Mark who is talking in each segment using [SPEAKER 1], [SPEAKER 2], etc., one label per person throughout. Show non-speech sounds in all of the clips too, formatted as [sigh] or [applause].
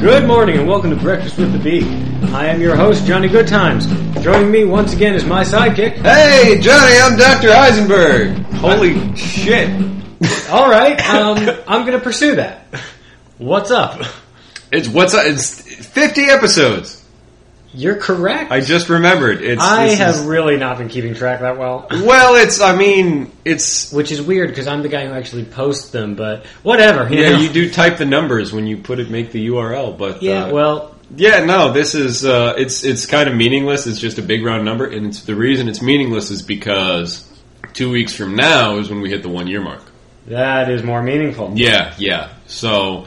[SPEAKER 1] Good morning and welcome to Breakfast with the Beak. I am your host, Johnny Goodtimes. Joining me once again is my sidekick.
[SPEAKER 2] Hey, Johnny, I'm Dr. Heisenberg. Holy shit.
[SPEAKER 1] All right, um, I'm going to pursue that. What's up?
[SPEAKER 2] It's what's up? It's 50 episodes.
[SPEAKER 1] You're correct.
[SPEAKER 2] I just remembered. It's
[SPEAKER 1] I
[SPEAKER 2] this
[SPEAKER 1] have
[SPEAKER 2] is-
[SPEAKER 1] really not been keeping track that well,
[SPEAKER 2] well, it's I mean, it's
[SPEAKER 1] which is weird because I'm the guy who actually posts them. But whatever. you
[SPEAKER 2] yeah,
[SPEAKER 1] know?
[SPEAKER 2] you do type the numbers when you put it make the URL, but
[SPEAKER 1] Yeah.
[SPEAKER 2] uh,
[SPEAKER 1] Well,
[SPEAKER 2] Yeah, no, this is uh, it's it's kind of meaningless. It's just a big round number and it's the reason it's meaningless is because 2 weeks from now is when we hit the 1 year mark.
[SPEAKER 1] that is more meaningful.
[SPEAKER 2] Yeah, yeah. So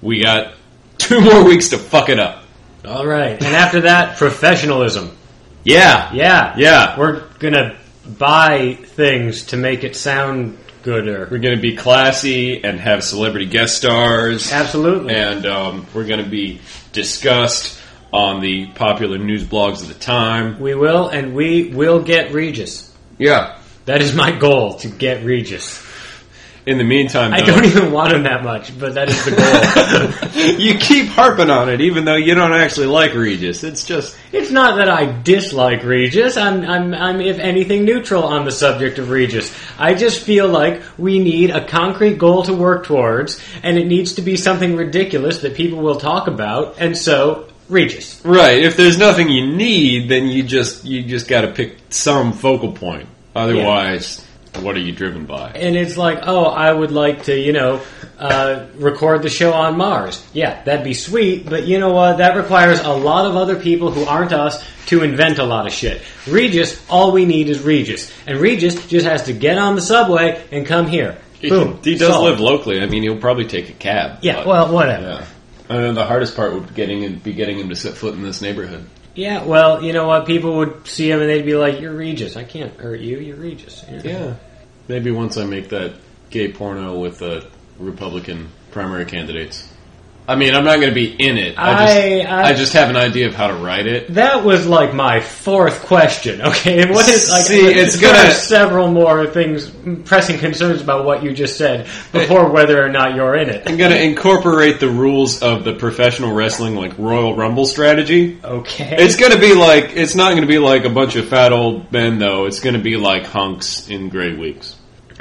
[SPEAKER 2] we got [laughs] 2 more weeks to fuck it up.
[SPEAKER 1] All right, and after that, professionalism.
[SPEAKER 2] Yeah.
[SPEAKER 1] Yeah.
[SPEAKER 2] Yeah.
[SPEAKER 1] We're gonna buy things to make it sound gooder.
[SPEAKER 2] We're going to be classy and have celebrity guest stars.
[SPEAKER 1] Absolutely.
[SPEAKER 2] And um, we're going to be discussed on the popular news blogs of the time.
[SPEAKER 1] We will, and we will get Regis.
[SPEAKER 2] Yeah.
[SPEAKER 1] That is my goal to get Regis.
[SPEAKER 2] In the meantime,
[SPEAKER 1] I
[SPEAKER 2] though,
[SPEAKER 1] don't even want him that much, but that is the goal.
[SPEAKER 2] e-, you keep harping on it, even though you don't actually like Regis. It's just
[SPEAKER 1] it's not that I dislike Regis. I'm, I'm, I'm, if anything, neutral on the subject of Regis. I just feel like we need a concrete goal to work towards, and it needs to be something ridiculous that people will talk about, and so, Regis.
[SPEAKER 2] right. If there's nothing you need, then you just you just got to pick some focal point. Otherwise, what are you driven by?
[SPEAKER 1] And it's like, oh, I would like to, you know, uh, record the show on Mars. Yeah, that'd be sweet, but you know what? That requires a lot of other people who aren't us to invent a lot of shit. Regis, all we need is Regis. And Regis just has to get on the subway and come here. Boom.
[SPEAKER 2] He, he does
[SPEAKER 1] Solved.
[SPEAKER 2] live locally. I mean, he'll probably take a cab.
[SPEAKER 1] Yeah,
[SPEAKER 2] but-
[SPEAKER 1] well, whatever.
[SPEAKER 2] Yeah. I know the hardest part would be getting him, be getting him to set foot in this neighborhood.
[SPEAKER 1] Yeah, well, you know what? People would see him and they'd be like, you're Regis. I can't hurt you. You're Regis.
[SPEAKER 2] Maybe once I make that gay porno with the Republican primary candidates. I mean, I'm not going to be in it. I just,
[SPEAKER 1] I- I-
[SPEAKER 2] I just have an idea of how to write it.
[SPEAKER 1] That was like my fourth question. [laughs] Okay, and what is like?
[SPEAKER 2] See, it's
[SPEAKER 1] there
[SPEAKER 2] gonna-
[SPEAKER 1] are several more things, pressing concerns about what you just said before whether or not you're in it.
[SPEAKER 2] I'm going to incorporate the rules of the professional wrestling, like Royal Rumble strategy.
[SPEAKER 1] Okay,
[SPEAKER 2] It's going to be like, it's not going to be like a bunch of fat old men, though. It's going to be like hunks in gray wigs.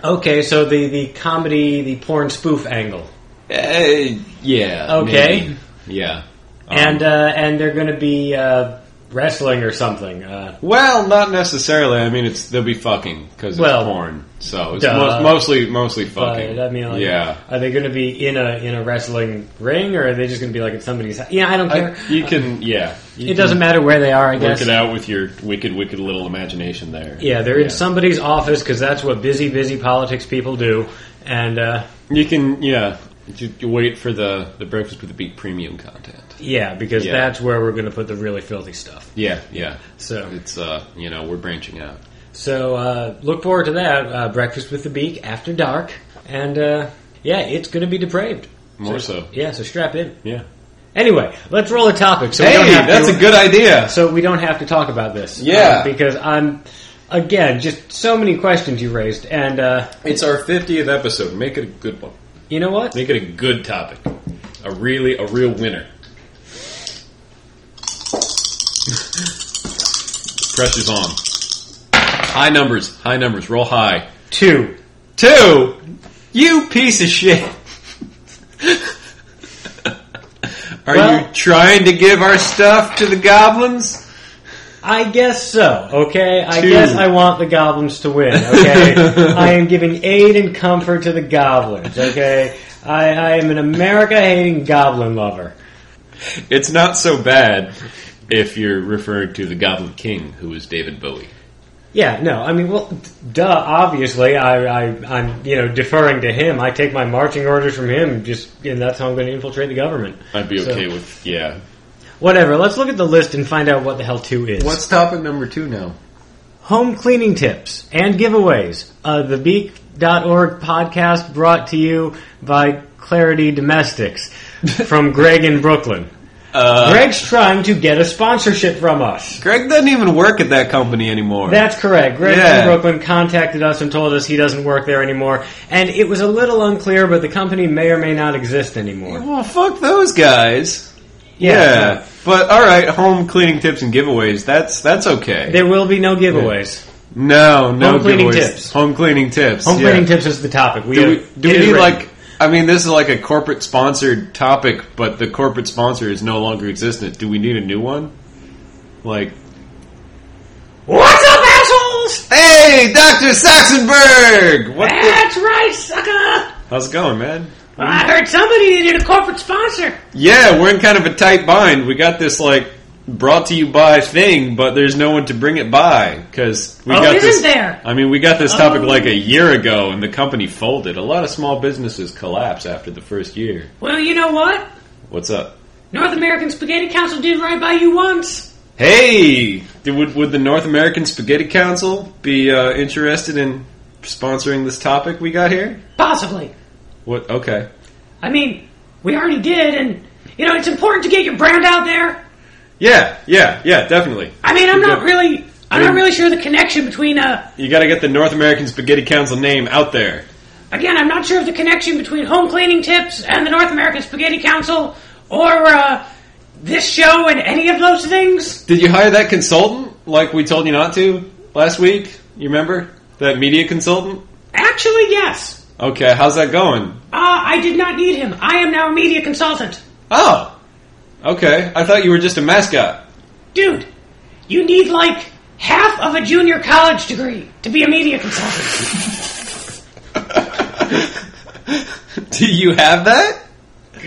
[SPEAKER 1] okay. So the the comedy, the porn spoof angle,
[SPEAKER 2] Eh, yeah.
[SPEAKER 1] Uh, Okay.
[SPEAKER 2] maybe. Yeah. Um,
[SPEAKER 1] and uh, and they're going to be uh, wrestling or something. Uh,
[SPEAKER 2] Well, not necessarily. I mean, it's they'll be fucking because
[SPEAKER 1] Well,
[SPEAKER 2] it's porn, so it's
[SPEAKER 1] duh.
[SPEAKER 2] most, mostly mostly fucking.
[SPEAKER 1] but I mean, like,
[SPEAKER 2] yeah,
[SPEAKER 1] Are they going to be in a in a wrestling ring, or are they just going to be like at somebody's? Yeah, I don't
[SPEAKER 2] I-
[SPEAKER 1] care.
[SPEAKER 2] you can. Yeah, you
[SPEAKER 1] it doesn't matter where they are. I
[SPEAKER 2] can work
[SPEAKER 1] guess
[SPEAKER 2] it out with your wicked, wicked little imagination there.
[SPEAKER 1] Yeah, they're in somebody's office because that's what busy, busy politics people do. And uh,
[SPEAKER 2] You can. Yeah, you, you wait for the the breakfast with the beak premium content.
[SPEAKER 1] yeah, because
[SPEAKER 2] Yeah.
[SPEAKER 1] that's where we're going to put the really filthy stuff.
[SPEAKER 2] Yeah, yeah.
[SPEAKER 1] So,
[SPEAKER 2] It's uh, you know, we're branching out.
[SPEAKER 1] so uh, look forward to that. Uh, Breakfast with the Beak after dark, and uh, yeah, it's going to be depraved.
[SPEAKER 2] More so.
[SPEAKER 1] Yeah, so strap in.
[SPEAKER 2] Yeah.
[SPEAKER 1] Anyway, let's roll a topic. So we
[SPEAKER 2] Hey,
[SPEAKER 1] don't have
[SPEAKER 2] that's
[SPEAKER 1] to,
[SPEAKER 2] a good idea.
[SPEAKER 1] So we don't have to talk about this.
[SPEAKER 2] Yeah.
[SPEAKER 1] uh, because I'm again just so many questions you raised, and uh,
[SPEAKER 2] It's our fiftieth episode. Make it a good one.
[SPEAKER 1] you know what?
[SPEAKER 2] Make it a good topic. A really, a real winner. Pressure's on. High numbers, high numbers, roll high.
[SPEAKER 1] Two.
[SPEAKER 2] Two! You piece of shit! Are
[SPEAKER 1] Well-
[SPEAKER 2] you trying to give our stuff to the goblins?
[SPEAKER 1] I guess so. Okay, I
[SPEAKER 2] Two.
[SPEAKER 1] guess I want the goblins to win. Okay, I am giving aid and comfort to the goblins. Okay, I, I am an America-hating goblin lover.
[SPEAKER 2] It's not so bad if you're referring to the Goblin King, who is David Bowie.
[SPEAKER 1] Yeah, no, I mean, well, d- duh. Obviously, I, I, I'm, you know, deferring to him. I take my marching orders from him. Just, and that's how I'm going to infiltrate the government.
[SPEAKER 2] I'd be
[SPEAKER 1] So-
[SPEAKER 2] okay with, yeah.
[SPEAKER 1] Whatever. Let's look at the list and find out what the hell two is.
[SPEAKER 2] topic number two now?
[SPEAKER 1] Home cleaning tips and giveaways. Uh, the Beak.org podcast brought to you by Clarity
[SPEAKER 2] [laughs]
[SPEAKER 1] Domestics from Greg in Brooklyn.
[SPEAKER 2] Uh,
[SPEAKER 1] Greg's trying to get a sponsorship from us.
[SPEAKER 2] Greg doesn't even work at that company anymore.
[SPEAKER 1] That's correct. Greg
[SPEAKER 2] Yeah.
[SPEAKER 1] in Brooklyn contacted us and told us he doesn't work there anymore. And it was a little unclear, but the company may or may not exist anymore.
[SPEAKER 2] well, fuck those guys. Yeah. But all right, home cleaning tips and giveaways. That's that's okay.
[SPEAKER 3] There will be no giveaways.
[SPEAKER 2] no, no
[SPEAKER 3] Home cleaning
[SPEAKER 2] giveaways.
[SPEAKER 3] tips.
[SPEAKER 2] Home cleaning tips.
[SPEAKER 3] Home
[SPEAKER 2] yeah.
[SPEAKER 3] cleaning tips is the topic. We
[SPEAKER 2] Do
[SPEAKER 3] have-
[SPEAKER 2] we, do
[SPEAKER 3] it
[SPEAKER 2] we
[SPEAKER 3] is
[SPEAKER 2] need
[SPEAKER 3] written.
[SPEAKER 2] like? I mean, this is like a corporate sponsored topic, but the corporate sponsor is no longer existent. Do we need a new one? Like,
[SPEAKER 3] what's up, assholes?
[SPEAKER 2] hey, Doctor Saxonberg, what? The,
[SPEAKER 3] That's right, sucker.
[SPEAKER 2] how's it going, man?
[SPEAKER 3] I heard somebody needed a corporate sponsor.
[SPEAKER 2] Yeah, we're in kind of a tight bind. We got this like brought to you by thing, but there's no one to bring it by because we
[SPEAKER 3] Oh,
[SPEAKER 2] got
[SPEAKER 3] isn't
[SPEAKER 2] this.
[SPEAKER 3] there?
[SPEAKER 2] I mean, we got this topic
[SPEAKER 3] Oh.
[SPEAKER 2] like a year ago, and the company folded. A lot of small businesses collapse after the first year.
[SPEAKER 3] Well, you know what?
[SPEAKER 2] What's up?
[SPEAKER 3] North American Spaghetti Council did right by you once.
[SPEAKER 2] Hey, did- would, would the North American Spaghetti Council be uh, interested in sponsoring this topic we got here?
[SPEAKER 1] Possibly.
[SPEAKER 2] What? Okay.
[SPEAKER 1] I mean, we already did, and, you know, it's important to get your brand out there.
[SPEAKER 2] Yeah, yeah, yeah, definitely.
[SPEAKER 1] I mean, I'm not
[SPEAKER 2] Yeah.
[SPEAKER 1] really. I'm
[SPEAKER 2] Yeah.
[SPEAKER 1] not really sure the connection between, uh,
[SPEAKER 2] You got to get the North American Spaghetti Council name out there.
[SPEAKER 1] again, I'm not sure of the connection between home cleaning tips and the North American Spaghetti Council or, uh, this show and any of those things.
[SPEAKER 2] Did you hire that consultant like we told you not to last week? You remember? That media consultant?
[SPEAKER 1] Actually, yes.
[SPEAKER 2] Okay, how's that going?
[SPEAKER 1] Uh, I did not need him. I am now a media consultant.
[SPEAKER 2] Oh, okay. I thought you were just a mascot. [laughs]
[SPEAKER 1] Dude, you need like half of a junior college degree to be a media consultant.
[SPEAKER 2] Do you have that?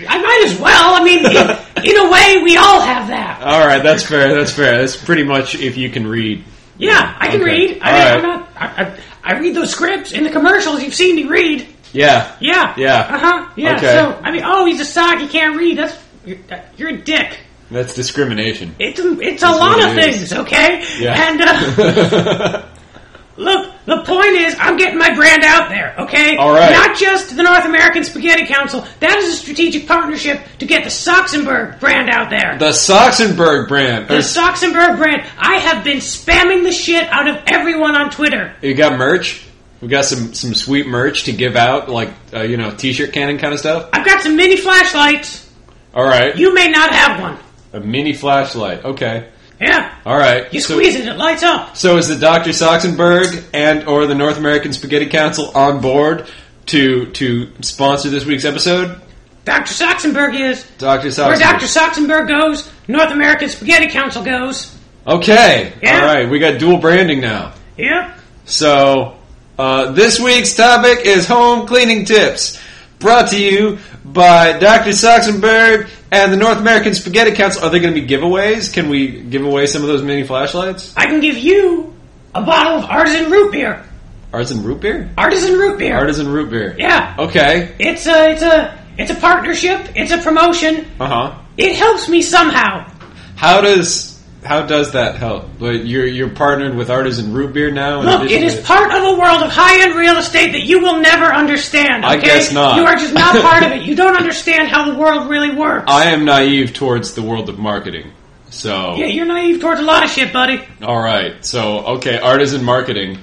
[SPEAKER 1] I might as well. I mean, in,
[SPEAKER 2] [laughs]
[SPEAKER 1] in a way, we all have that.
[SPEAKER 2] All right, that's fair. That's fair. That's pretty much if you can read.
[SPEAKER 1] Yeah, I can
[SPEAKER 2] Okay.
[SPEAKER 1] read. I
[SPEAKER 2] All
[SPEAKER 1] mean,
[SPEAKER 2] right.
[SPEAKER 1] I'm not. I, I, I read those scripts in the commercials. You've seen me read.
[SPEAKER 2] Yeah.
[SPEAKER 1] Yeah.
[SPEAKER 2] Yeah.
[SPEAKER 1] Uh huh. Yeah.
[SPEAKER 2] Okay.
[SPEAKER 1] So I mean, oh, he's a sock. He can't read. That's you're, you're a dick.
[SPEAKER 2] That's discrimination.
[SPEAKER 1] It's a, it's a lot
[SPEAKER 2] what
[SPEAKER 1] of
[SPEAKER 2] it is.
[SPEAKER 1] things. Okay.
[SPEAKER 2] Yeah.
[SPEAKER 1] And uh, [laughs] look, the point is, I'm getting my brand out there. Okay.
[SPEAKER 2] All right.
[SPEAKER 1] Not just the North American Spaghetti Council. That is a strategic partnership to get the Soxenberg brand out there.
[SPEAKER 2] The Soxenberg brand.
[SPEAKER 1] The Soxenberg brand. I have been spamming the shit out of everyone on Twitter.
[SPEAKER 2] you got merch? We got some some sweet merch to give out, like uh, you know, t-shirt cannon kind of stuff.
[SPEAKER 1] I've got some mini flashlights.
[SPEAKER 2] All right.
[SPEAKER 1] You may not have one.
[SPEAKER 2] a mini flashlight. Okay.
[SPEAKER 1] Yeah.
[SPEAKER 2] All right.
[SPEAKER 1] You
[SPEAKER 2] so,
[SPEAKER 1] squeeze it, it lights up.
[SPEAKER 2] So is the Dr. Soxenberg and or the North American Spaghetti Council on board to to sponsor this week's episode?
[SPEAKER 1] Dr. Soxenberg is.
[SPEAKER 2] Dr. Soxenberg.
[SPEAKER 1] Where Dr. Soxenberg goes, North American Spaghetti Council goes.
[SPEAKER 2] Okay.
[SPEAKER 1] Yeah.
[SPEAKER 2] All right. We got dual branding now.
[SPEAKER 1] Yep.
[SPEAKER 2] So, uh, this week's topic is home cleaning tips, brought to you by Dr. Soxenberg and the North American Spaghetti Council. Are there going to be giveaways? Can we give away some of those mini flashlights?
[SPEAKER 1] I can give you a bottle of artisan root beer.
[SPEAKER 2] Artisan root beer?
[SPEAKER 1] Artisan root beer.
[SPEAKER 2] Artisan Oh. root beer.
[SPEAKER 1] yeah.
[SPEAKER 2] Okay.
[SPEAKER 1] It's a it's a it's a partnership, it's a promotion.
[SPEAKER 2] Uh huh.
[SPEAKER 1] It helps me somehow.
[SPEAKER 2] How does how does that help? Like, You're you're partnered with Artisan Root Beer now. In
[SPEAKER 1] Look, it
[SPEAKER 2] addition
[SPEAKER 1] is
[SPEAKER 2] to-
[SPEAKER 1] part of a world of high-end real estate that you will never understand.
[SPEAKER 2] I
[SPEAKER 1] Okay?
[SPEAKER 2] guess not.
[SPEAKER 1] You are just
[SPEAKER 2] [laughs]
[SPEAKER 1] not part of it. You don't understand how the world really works.
[SPEAKER 2] I am naive towards the world of marketing. So
[SPEAKER 1] yeah, you're naive towards a lot of shit, buddy.
[SPEAKER 2] All right. So okay, artisan marketing.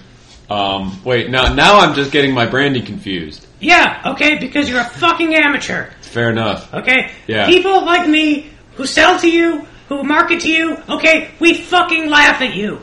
[SPEAKER 2] Um, wait, now now I'm just getting my branding confused.
[SPEAKER 1] Yeah, okay, because you're a fucking amateur.
[SPEAKER 2] Fair enough.
[SPEAKER 1] Okay?
[SPEAKER 2] Yeah.
[SPEAKER 1] People like me who sell to you, who market to you, okay, we fucking laugh at you.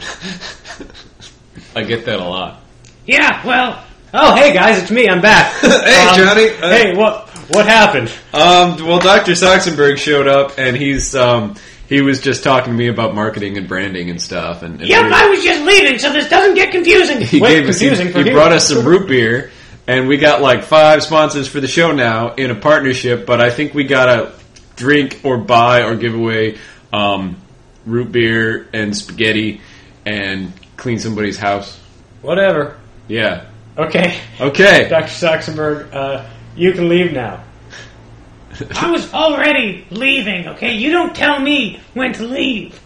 [SPEAKER 2] I get that a lot.
[SPEAKER 1] Yeah, well,
[SPEAKER 3] Oh, hey guys, it's me. I'm
[SPEAKER 1] [laughs]
[SPEAKER 3] back. Um,
[SPEAKER 2] Hey, Johnny. Uh,
[SPEAKER 3] hey, what what happened?
[SPEAKER 2] Um, well, Dr. Saxenberg showed up, and he's um, he was just talking to me about marketing and branding and stuff. And, and
[SPEAKER 1] yep,
[SPEAKER 2] we-
[SPEAKER 1] I was just leaving, so this doesn't get confusing.
[SPEAKER 2] he
[SPEAKER 3] Wait,
[SPEAKER 2] gave us he,
[SPEAKER 3] confusing for
[SPEAKER 2] he
[SPEAKER 3] who?
[SPEAKER 2] brought us some root beer, and we got like five sponsors for the show now in a partnership. But I think we gotta drink or buy or give away um, root beer and spaghetti and clean somebody's house.
[SPEAKER 3] Whatever.
[SPEAKER 2] Yeah.
[SPEAKER 3] Okay,
[SPEAKER 2] Okay.
[SPEAKER 3] Dr. Saxenberg, uh, you can leave [laughs] now.
[SPEAKER 1] I was already leaving, okay? You don't tell me when to leave.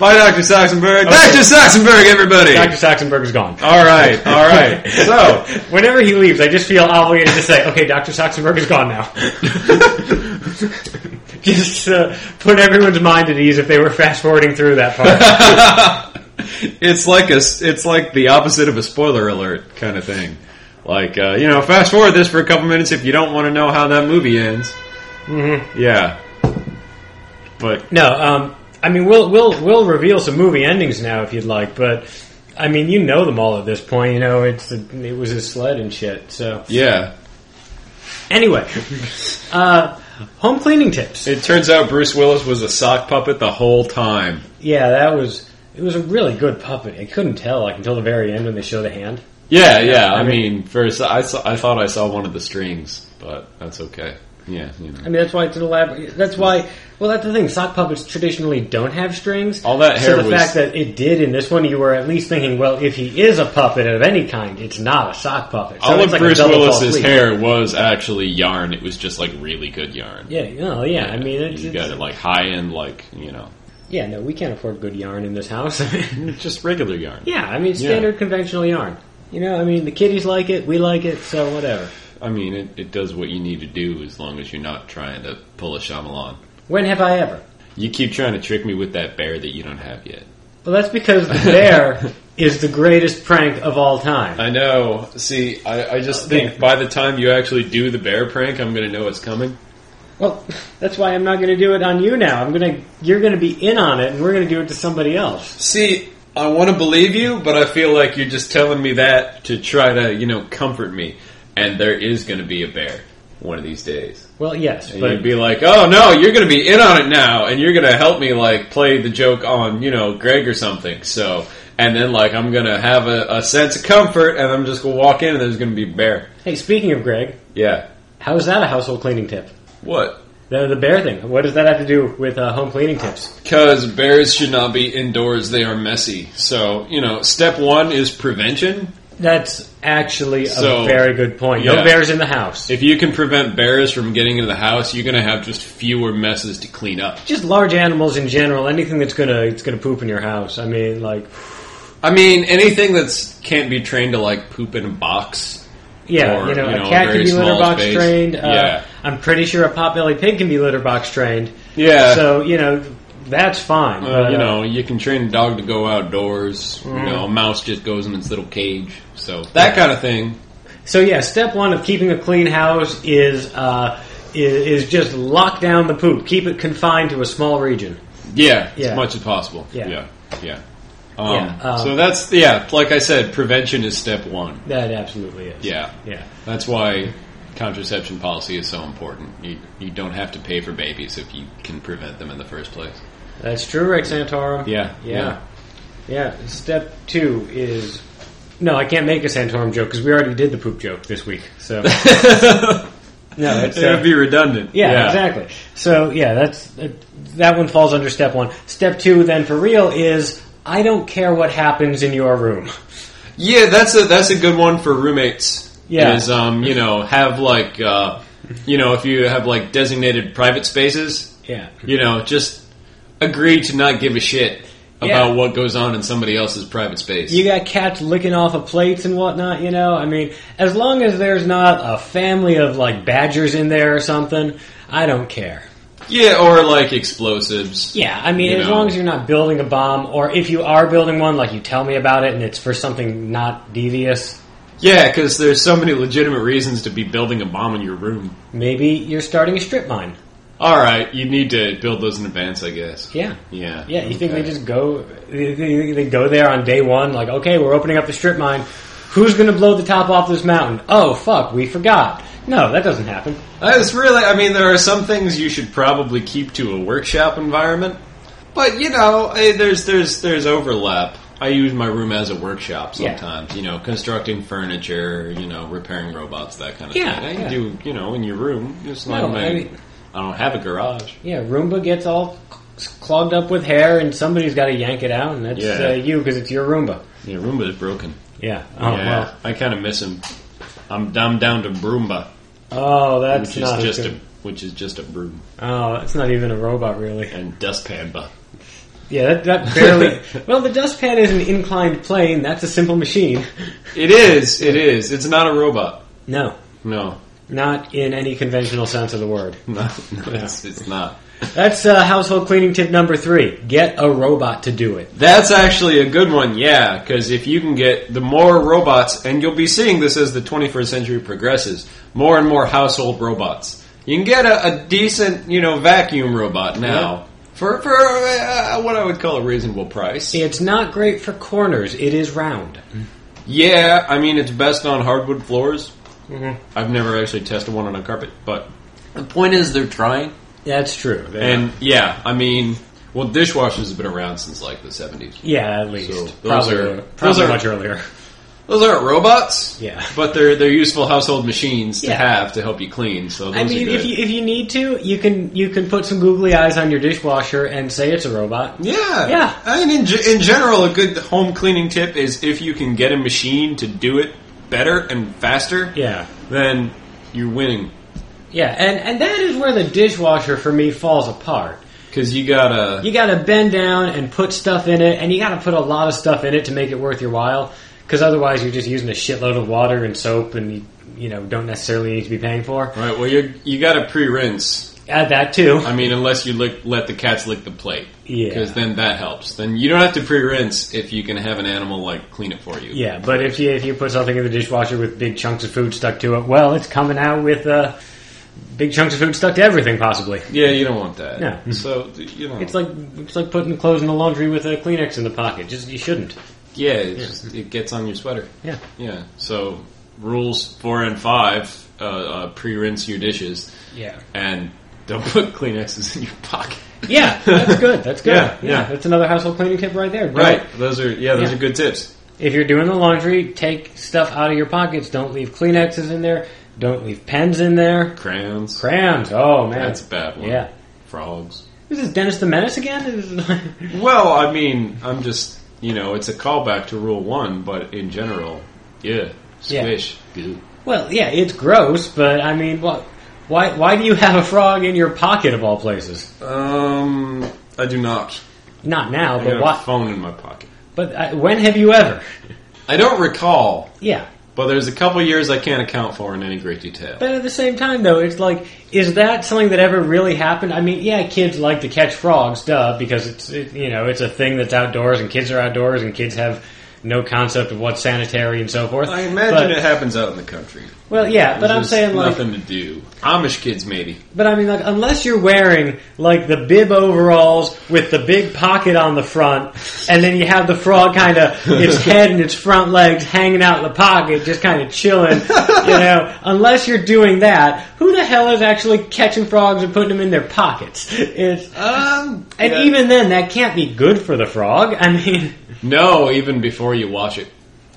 [SPEAKER 2] Bye, Dr. Saxenberg. Dr. Saxenberg, everybody.
[SPEAKER 3] Dr. Saxenberg is gone.
[SPEAKER 2] all right.
[SPEAKER 3] [laughs]
[SPEAKER 2] All right. So.
[SPEAKER 1] [laughs]
[SPEAKER 3] Whenever he leaves, I just feel obligated to say, "Okay, Dr. Saxenberg is gone
[SPEAKER 1] [laughs]
[SPEAKER 3] now." just uh, put everyone's mind at ease if they were fast forwarding through that part.
[SPEAKER 2] it's like a it's like the opposite of a spoiler alert kind of thing. Like uh, you know, fast forward this for a couple minutes if you don't want to know how that movie ends. Mm-hmm. Yeah. But
[SPEAKER 1] No, um, I mean we'll we'll we'll reveal some movie endings now if you'd like, but I mean you know them all at this point. You know it's it was his sled and shit. So
[SPEAKER 2] yeah,
[SPEAKER 1] anyway, uh, home cleaning tips.
[SPEAKER 2] it turns out Bruce Willis was a sock puppet the whole time.
[SPEAKER 1] Yeah, that was it was a really good puppet. I couldn't tell like until the very end when they show the hand.
[SPEAKER 2] Yeah, yeah.
[SPEAKER 1] I
[SPEAKER 2] I,
[SPEAKER 1] mean-
[SPEAKER 2] mean, first I saw, I thought I saw one of the strings, but that's okay. Yeah, you
[SPEAKER 1] I
[SPEAKER 2] know.
[SPEAKER 1] mean that's why it's an elaborate. That's why. Well, that's the thing. Sock puppets traditionally don't have strings.
[SPEAKER 2] All that
[SPEAKER 1] So
[SPEAKER 2] hair
[SPEAKER 1] the
[SPEAKER 2] was-
[SPEAKER 1] fact that it did in this one, you were at least thinking, well, if he is a puppet of any kind, it's not a sock puppet. So
[SPEAKER 2] All
[SPEAKER 1] it's
[SPEAKER 2] of
[SPEAKER 1] like a
[SPEAKER 2] Bruce
[SPEAKER 1] double false
[SPEAKER 2] Willis's
[SPEAKER 1] lead.
[SPEAKER 2] hair was actually yarn. It was just like really good yarn.
[SPEAKER 1] Yeah, no, yeah. I mean, it's,
[SPEAKER 2] you
[SPEAKER 1] it's-
[SPEAKER 2] got it like high end, like you know,
[SPEAKER 1] yeah, no, we can't afford good yarn in this house. [laughs]
[SPEAKER 2] just regular yarn.
[SPEAKER 1] yeah, I mean, standard conventional yarn. You know, I mean, the kiddies like it, we like it, so whatever.
[SPEAKER 2] I mean, it, it does what you need to do as long as you're not trying to pull a Shyamalan.
[SPEAKER 1] When have I ever?
[SPEAKER 2] You keep trying to trick me with that bear that you don't have yet.
[SPEAKER 1] Well, that's because the
[SPEAKER 2] [laughs]
[SPEAKER 1] bear is the greatest prank of all time.
[SPEAKER 2] I know. See, I, I just think by the time you actually do the bear prank, I'm going to know it's coming.
[SPEAKER 1] Well, that's why I'm not going to do it on you now. I'm going to, you're going to be in on it, and we're going to do it to somebody else.
[SPEAKER 2] See, I want to believe you, but I feel like you're just telling me that to try to, you know, comfort me. And there is going to be a bear one of these days.
[SPEAKER 1] Well, yes,
[SPEAKER 2] And
[SPEAKER 1] but
[SPEAKER 2] you'd be like, oh no, you're going to be in on it now, and you're going to help me, like, play the joke on, you know, Greg or something. So, and then, like, I'm going to have a, a sense of comfort, and I'm just going to walk in, and there's going to be a bear.
[SPEAKER 1] hey, speaking of Greg,
[SPEAKER 2] Yeah.
[SPEAKER 1] how is that a household cleaning tip?
[SPEAKER 2] What?
[SPEAKER 1] The, the bear thing. What does that have to do with uh, home cleaning tips?
[SPEAKER 2] Because bears should not be indoors, they are messy. So, you know, step one is prevention.
[SPEAKER 1] That's actually a
[SPEAKER 2] So,
[SPEAKER 1] very good point. No
[SPEAKER 2] yeah.
[SPEAKER 1] bears in the house.
[SPEAKER 2] If you can prevent bears from getting into the house, you're going to have just fewer messes to clean up.
[SPEAKER 1] just large animals in general. Anything that's gonna it's gonna poop in your house. I mean, like,
[SPEAKER 2] I mean, anything that's can't be trained to like poop in a box.
[SPEAKER 1] yeah,
[SPEAKER 2] Or,
[SPEAKER 1] you know,
[SPEAKER 2] you
[SPEAKER 1] a
[SPEAKER 2] know,
[SPEAKER 1] cat can
[SPEAKER 2] very
[SPEAKER 1] be litter
[SPEAKER 2] small
[SPEAKER 1] box
[SPEAKER 2] space.
[SPEAKER 1] trained. Uh,
[SPEAKER 2] Yeah.
[SPEAKER 1] I'm pretty sure a potbelly pig can be litter box trained.
[SPEAKER 2] Yeah.
[SPEAKER 1] So you know, that's fine.
[SPEAKER 2] Uh,
[SPEAKER 1] but,
[SPEAKER 2] you
[SPEAKER 1] uh,
[SPEAKER 2] know, you can train a dog to go outdoors.
[SPEAKER 1] Mm-hmm.
[SPEAKER 2] You know, a mouse just goes in its little cage. So that kind of thing.
[SPEAKER 1] So yeah, step one of keeping a clean house is uh, is, is just lock down the poop. Keep it confined to a small region.
[SPEAKER 2] Yeah,
[SPEAKER 1] Yeah.
[SPEAKER 2] as much as possible.
[SPEAKER 1] Yeah.
[SPEAKER 2] yeah, yeah. Um,
[SPEAKER 1] Yeah, um,
[SPEAKER 2] so that's yeah. Like I said, prevention is step one.
[SPEAKER 1] That absolutely is.
[SPEAKER 2] Yeah,
[SPEAKER 1] Yeah.
[SPEAKER 2] That's why contraception policy is so important. You you don't have to pay for babies if you can prevent them in the first place.
[SPEAKER 1] That's true, Rick Santorum.
[SPEAKER 2] Yeah,
[SPEAKER 1] Yeah. Yeah. Step two is. No, I can't make a Santorum joke because we already did the poop joke this week.
[SPEAKER 2] [laughs]
[SPEAKER 1] So. no, it's.
[SPEAKER 2] It would
[SPEAKER 1] Uh,
[SPEAKER 2] be redundant.
[SPEAKER 1] yeah, exactly. So, yeah, that's that, that one falls under step one. Step two, then, for real, is I don't care what happens in your room.
[SPEAKER 2] Yeah, that's a that's a good one for roommates.
[SPEAKER 1] Yeah.
[SPEAKER 2] is um you know have like uh, you know if you have like designated private spaces,
[SPEAKER 1] Yeah.
[SPEAKER 2] you know just agree to not give a shit about
[SPEAKER 1] Yeah.
[SPEAKER 2] what goes on in somebody else's private space.
[SPEAKER 1] You got cats licking off of plates and whatnot, you know? I mean, as long as there's not a family of, like, badgers in there or something, I don't care.
[SPEAKER 2] yeah, or like explosives.
[SPEAKER 1] Yeah, I mean,
[SPEAKER 2] You
[SPEAKER 1] as
[SPEAKER 2] know.
[SPEAKER 1] long as you're not building a bomb, or if you are building one, like you tell me about it, and it's for something not devious.
[SPEAKER 2] Yeah, because there's so many legitimate reasons to be building a bomb in your room.
[SPEAKER 1] Maybe you're starting a strip mine.
[SPEAKER 2] All right, you need to build those in advance, I guess.
[SPEAKER 1] Yeah,
[SPEAKER 2] Yeah.
[SPEAKER 1] yeah. You think they
[SPEAKER 2] okay.
[SPEAKER 1] just go? They, they they go there on day one, like, okay, we're opening up the strip mine. Who's going to blow the top off this mountain? Oh fuck, we forgot. No, that doesn't happen.
[SPEAKER 2] Uh, It's really, I mean, there are some things you should probably keep to a workshop environment, but you know, eh, there's there's there's overlap. I use my room as a workshop
[SPEAKER 1] Yeah.
[SPEAKER 2] sometimes. You know, constructing furniture, you know, repairing robots, that kind of
[SPEAKER 1] Yeah,
[SPEAKER 2] thing. I
[SPEAKER 1] yeah.
[SPEAKER 2] can do, you know, in your room. Just
[SPEAKER 1] No,
[SPEAKER 2] like my,
[SPEAKER 1] I
[SPEAKER 2] I,
[SPEAKER 1] mean-
[SPEAKER 2] don't have a garage.
[SPEAKER 1] Yeah, Roomba gets all c- clogged up with hair, and somebody's got to yank it out, and that's
[SPEAKER 2] Yeah.
[SPEAKER 1] uh, you because it's your Roomba.
[SPEAKER 2] Yeah, Roomba is broken.
[SPEAKER 1] Yeah. Oh
[SPEAKER 2] yeah,
[SPEAKER 1] well.
[SPEAKER 2] I kind of miss him. I'm I'm down to Broomba,
[SPEAKER 1] Oh, that's
[SPEAKER 2] which
[SPEAKER 1] not
[SPEAKER 2] is just
[SPEAKER 1] good.
[SPEAKER 2] a which is just a broom
[SPEAKER 1] Oh, it's not even a robot, really.
[SPEAKER 2] and dustpanba.
[SPEAKER 1] Yeah, that, that
[SPEAKER 2] [laughs]
[SPEAKER 1] barely. well, the dustpan is an inclined plane. That's a simple machine.
[SPEAKER 2] It is. It is. It's not a robot.
[SPEAKER 1] No,
[SPEAKER 2] No,
[SPEAKER 1] not in any conventional sense of the word.
[SPEAKER 2] [laughs] No, no it's, it's not.
[SPEAKER 1] That's uh, household cleaning tip number three: get a robot to do it.
[SPEAKER 2] That's actually a good one, yeah, because if you can get the more robots, and you'll be seeing this as the 21st century progresses, more and more household robots. You can get a, a decent, you know, vacuum robot now. for for uh, what I would call a reasonable price.
[SPEAKER 1] It's not great for corners. It is round.
[SPEAKER 2] Yeah, I mean it's best on hardwood floors. I've never actually tested one on a carpet, but the point is they're trying.
[SPEAKER 1] That's true.
[SPEAKER 2] And yeah, I mean, well, dishwashers have been around since like the seventies.
[SPEAKER 1] yeah, at least
[SPEAKER 2] So those
[SPEAKER 1] probably,
[SPEAKER 2] are- those
[SPEAKER 1] probably
[SPEAKER 2] are-
[SPEAKER 1] much earlier.
[SPEAKER 2] Those aren't robots.
[SPEAKER 1] Yeah. [laughs]
[SPEAKER 2] but they're they're useful household machines to
[SPEAKER 1] Yeah.
[SPEAKER 2] have to help you clean. So those
[SPEAKER 1] I mean,
[SPEAKER 2] are good.
[SPEAKER 1] if you if you need to, you can you can put some googly eyes on your dishwasher and say it's a robot.
[SPEAKER 2] Yeah.
[SPEAKER 1] Yeah.
[SPEAKER 2] I mean, in, ge- in general, a good home cleaning tip is if you can get a machine to do it better and faster,
[SPEAKER 1] Yeah.
[SPEAKER 2] then you're winning.
[SPEAKER 1] Yeah, and and that is where the dishwasher for me falls apart.
[SPEAKER 2] Because you gotta.
[SPEAKER 1] You got to bend down and put stuff in it, and you got to put a lot of stuff in it to make it worth your while. Because otherwise, you're just using a shitload of water and soap, and you, you know don't necessarily need to be paying for.
[SPEAKER 2] Right, well, you you gotta pre rinse.
[SPEAKER 1] Add that too.
[SPEAKER 2] I mean, unless you lick, let the cats lick the plate.
[SPEAKER 1] Yeah.
[SPEAKER 2] Because then that helps. Then you don't have to pre rinse if you can have an animal, like, clean it for you.
[SPEAKER 1] Yeah, but if you if you put something in the dishwasher with big chunks of food stuck to it, well, it's coming out with uh, big chunks of food stuck to everything possibly.
[SPEAKER 2] Yeah, you don't want that.
[SPEAKER 1] Yeah.
[SPEAKER 2] So, you know.
[SPEAKER 1] It's like it's like putting clothes in the laundry with a Kleenex in the pocket. Just you shouldn't.
[SPEAKER 2] Yeah, it, Just, it gets on your sweater.
[SPEAKER 1] Yeah.
[SPEAKER 2] Yeah. So, rules four and five uh, uh, pre rinse your dishes.
[SPEAKER 1] Yeah.
[SPEAKER 2] and don't put Kleenexes in your pocket.
[SPEAKER 1] Yeah, that's good. That's good.
[SPEAKER 2] Yeah, yeah.
[SPEAKER 1] that's another household cleaning tip right there. bro.
[SPEAKER 2] Right. Those are yeah. Those
[SPEAKER 1] Yeah.
[SPEAKER 2] are good tips.
[SPEAKER 1] If you're doing the laundry, take stuff out of your pockets. Don't leave Kleenexes in there. Don't leave pens in there.
[SPEAKER 2] Crayons.
[SPEAKER 1] Crayons. Oh man,
[SPEAKER 2] That's a bad one.
[SPEAKER 1] Yeah.
[SPEAKER 2] Frogs.
[SPEAKER 1] Is this Dennis the Menace again? Is-
[SPEAKER 2] Well, I mean, I'm just you know, it's a callback to rule one, but in general, yeah,
[SPEAKER 1] Yeah.
[SPEAKER 2] squish, goo.
[SPEAKER 1] [laughs] well, yeah, it's gross, but I mean, what? Why? Why do you have a frog in your pocket of all places?
[SPEAKER 2] Um, I do not.
[SPEAKER 1] Not now,
[SPEAKER 2] I
[SPEAKER 1] but
[SPEAKER 2] got a
[SPEAKER 1] why?
[SPEAKER 2] phone in my pocket.
[SPEAKER 1] But uh, when have you
[SPEAKER 2] [laughs]
[SPEAKER 1] ever?
[SPEAKER 2] I don't recall,
[SPEAKER 1] Yeah.
[SPEAKER 2] but there's a couple years I can't account for in any great detail.
[SPEAKER 1] But at the same time, though, it's like, is that something that ever really happened? I mean, yeah, kids like to catch frogs, duh, because it's it, you know it's a thing that's outdoors, and kids are outdoors, and kids have no concept of what's sanitary and so forth.
[SPEAKER 2] I imagine
[SPEAKER 1] But-
[SPEAKER 2] it happens out in the country.
[SPEAKER 1] Well, yeah, but I'm
[SPEAKER 2] There's
[SPEAKER 1] saying like,
[SPEAKER 2] nothing to do. Amish kids maybe.
[SPEAKER 1] but I mean like, unless you're wearing like the bib overalls with the big pocket on the front, and then you have the frog kind of its head and its front legs hanging out in the pocket, just kind of chilling, you know. Unless you're doing that, who the hell is actually catching frogs and putting them in their pockets? It's
[SPEAKER 2] Um,
[SPEAKER 1] and even then, that can't be good for the frog. I mean.
[SPEAKER 2] No, even before you watch it.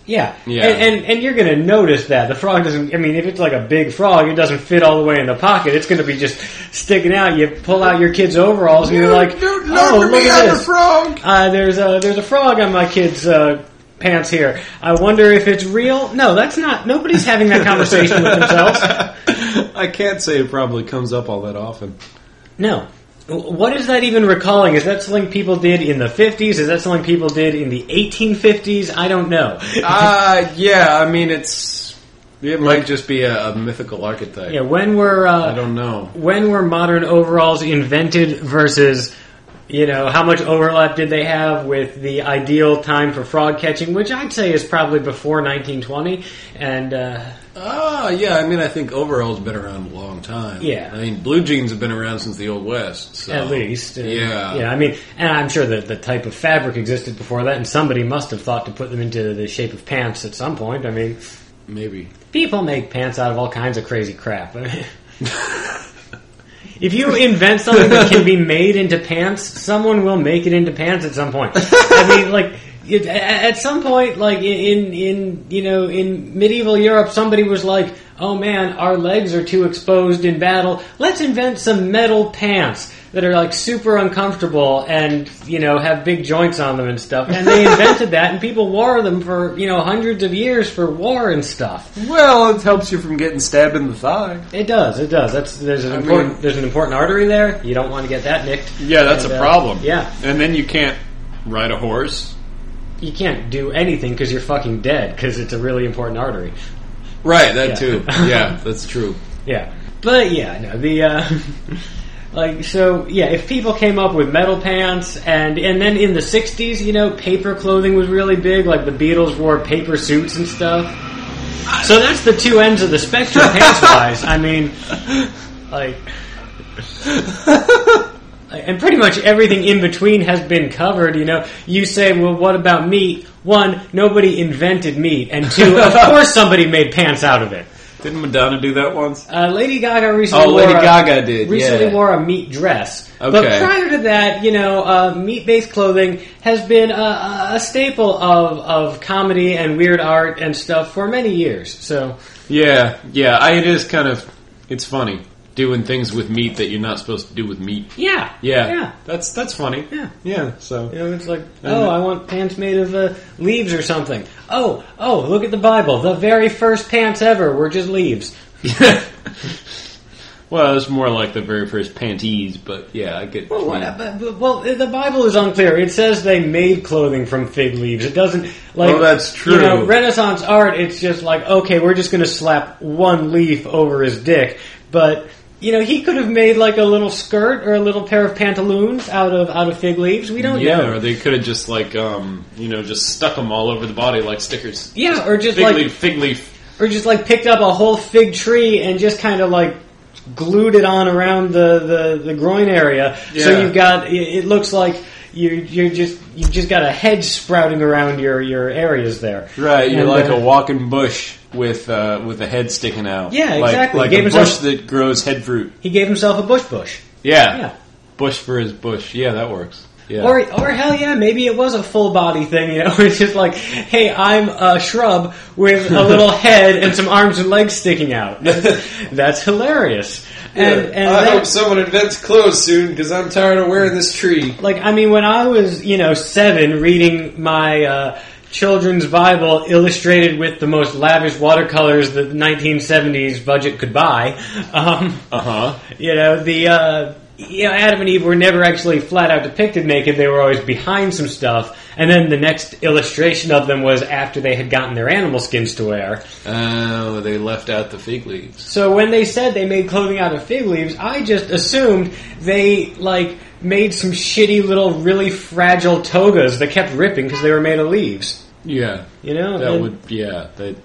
[SPEAKER 1] Yeah,
[SPEAKER 2] Yeah.
[SPEAKER 1] And, and and you're gonna notice that the frog doesn't. I mean, if it's like a big frog, it doesn't fit all the way in the pocket. It's gonna be just sticking out. You pull out your kid's overalls, and you're like, "Oh, look at this!
[SPEAKER 2] frog.
[SPEAKER 1] Uh, there's a there's a frog on my kid's uh, pants here. I wonder if it's real. No, that's not. Nobody's having that conversation with themselves.
[SPEAKER 2] [laughs] I can't say it probably comes up all that often.
[SPEAKER 1] No. W- What is that even recalling? Is that something people did in the 50s? Is that something people did in the 1850s? I don't know.
[SPEAKER 2] [laughs] Uh, yeah, I mean, it's. It might just be a, a mythical archetype.
[SPEAKER 1] yeah, when were uh,
[SPEAKER 2] I don't know.
[SPEAKER 1] when were modern overalls invented versus you know how much overlap did they have with the ideal time for frog catching which i'd say is probably before 1920 and uh,
[SPEAKER 2] Ah, yeah, I mean, I think overalls been around a long time.
[SPEAKER 1] Yeah.
[SPEAKER 2] I mean, blue jeans have been around since the Old West. So.
[SPEAKER 1] at least uh,
[SPEAKER 2] Oh, yeah.
[SPEAKER 1] yeah i mean and i'm sure that the type of fabric existed before that and somebody must have thought to put them into the shape of pants at some point i mean
[SPEAKER 2] Maybe.
[SPEAKER 1] people make pants out of all kinds of crazy crap I mean, If you invent something that can be made into pants, someone will make it into pants at some point. I mean, like it, a- at some point, like in in you know in medieval Europe, somebody was like, "Oh man, our legs are too exposed in battle. Let's invent some metal pants that are like super uncomfortable and you know have big joints on them and stuff." And they invented that, and people wore them for you know hundreds of years for war and stuff.
[SPEAKER 2] Well, it helps you from getting stabbed in the thigh.
[SPEAKER 1] It does. It does. That's there's an
[SPEAKER 2] I
[SPEAKER 1] important
[SPEAKER 2] mean-
[SPEAKER 1] there's an important artery there. You don't want to get that nicked.
[SPEAKER 2] Yeah, that's
[SPEAKER 1] And,
[SPEAKER 2] a
[SPEAKER 1] uh,
[SPEAKER 2] problem.
[SPEAKER 1] yeah.
[SPEAKER 2] And then you can't ride a horse.
[SPEAKER 1] You can't do anything because you're fucking dead because it's a really important artery.
[SPEAKER 2] Right, that
[SPEAKER 1] Yeah. [laughs]
[SPEAKER 2] too. Yeah, that's true.
[SPEAKER 1] Yeah. But yeah, no the uh, [laughs] like so yeah. If people came up with metal pants and and then in the '60s, you know, paper clothing was really big. Like the Beatles wore paper suits and stuff. So that's the two ends of the spectrum, pants wise. I mean, like. and pretty much everything in between has been covered. You know, you say, well, what about meat? One, nobody invented meat, and two, of course, somebody made pants out of it.
[SPEAKER 2] Didn't Madonna do that once?
[SPEAKER 1] Uh, Lady Gaga recently.
[SPEAKER 2] Oh, Lady
[SPEAKER 1] wore a-
[SPEAKER 2] Gaga did,
[SPEAKER 1] Recently
[SPEAKER 2] yeah.
[SPEAKER 1] wore a meat dress.
[SPEAKER 2] Okay.
[SPEAKER 1] But prior to that, you know, uh, meat-based clothing has been a, a staple of of comedy and weird art and stuff for many years. So
[SPEAKER 2] Yeah, yeah. I, it is kind of. It's funny doing things with meat that you're not supposed to do with meat.
[SPEAKER 1] yeah,
[SPEAKER 2] Yeah,
[SPEAKER 1] yeah.
[SPEAKER 2] That's that's funny.
[SPEAKER 1] Yeah.
[SPEAKER 2] yeah. So
[SPEAKER 1] You know, it's like, oh, I want pants made of uh, leaves or something. Oh, oh, look at the Bible. The very first pants ever were just leaves.
[SPEAKER 2] [laughs] well, it's more like the very first panties, but yeah, I get. [laughs]
[SPEAKER 1] Well, what- but- but- Mm. well, the Bible is unclear. It says they made clothing from fig leaves. It doesn't like.
[SPEAKER 2] Well, that's
[SPEAKER 1] You know,
[SPEAKER 2] true.
[SPEAKER 1] Renaissance art. It's just like, okay, we're just going to slap one leaf over his dick, but. You know, he could have made like a little skirt or a little pair of pantaloons out of out of fig leaves. We don't
[SPEAKER 2] yeah,
[SPEAKER 1] know.
[SPEAKER 2] or they could have just like um, you know, just stuck them all over the body like stickers.
[SPEAKER 1] yeah, or just
[SPEAKER 2] Fig
[SPEAKER 1] like
[SPEAKER 2] leaf, fig leaf.
[SPEAKER 1] or just like picked up a whole fig tree and just kind of like glued it on around the, the, the groin area.
[SPEAKER 2] Yeah.
[SPEAKER 1] So you've got it, it looks like you you're just you've just got a hedge sprouting around your, your areas there.
[SPEAKER 2] Right, you're
[SPEAKER 1] And,
[SPEAKER 2] like
[SPEAKER 1] uh,
[SPEAKER 2] a walking bush with uh, with a head sticking out.
[SPEAKER 1] Yeah,
[SPEAKER 2] Like-
[SPEAKER 1] exactly.
[SPEAKER 2] Like,
[SPEAKER 1] Gave
[SPEAKER 2] a
[SPEAKER 1] himself-
[SPEAKER 2] bush that grows head fruit.
[SPEAKER 1] he gave himself a bush bush.
[SPEAKER 2] Yeah.
[SPEAKER 1] Yeah.
[SPEAKER 2] bush for his bush. Yeah, that works. Yeah, [laughs]
[SPEAKER 1] Or, or hell yeah, maybe it was a full body thing, you know? [laughs] It's just like, hey, I'm a shrub with a
[SPEAKER 2] [laughs]
[SPEAKER 1] little head and some arms and legs sticking out. That's hilarious. And, and that-
[SPEAKER 2] someone invents clothes soon because I'm tired of wearing this tree.
[SPEAKER 1] Like, I mean, when I was, you know, seven, reading my uh, children's Bible illustrated with the most lavish watercolors that the 1970s budget could buy, um,
[SPEAKER 2] Uh huh.
[SPEAKER 1] you know, the. Uh, you know, Adam and Eve were never actually flat out depicted naked. They were always behind some stuff, and then the next illustration of them was after they had gotten their animal skins to wear.
[SPEAKER 2] Oh, they left out the fig leaves.
[SPEAKER 1] So when they said they made clothing out of fig leaves, I just assumed they like made some shitty little really fragile togas that kept ripping because they were made of leaves.
[SPEAKER 2] Yeah,
[SPEAKER 1] You know?
[SPEAKER 2] that
[SPEAKER 1] And-
[SPEAKER 2] would. Yeah, that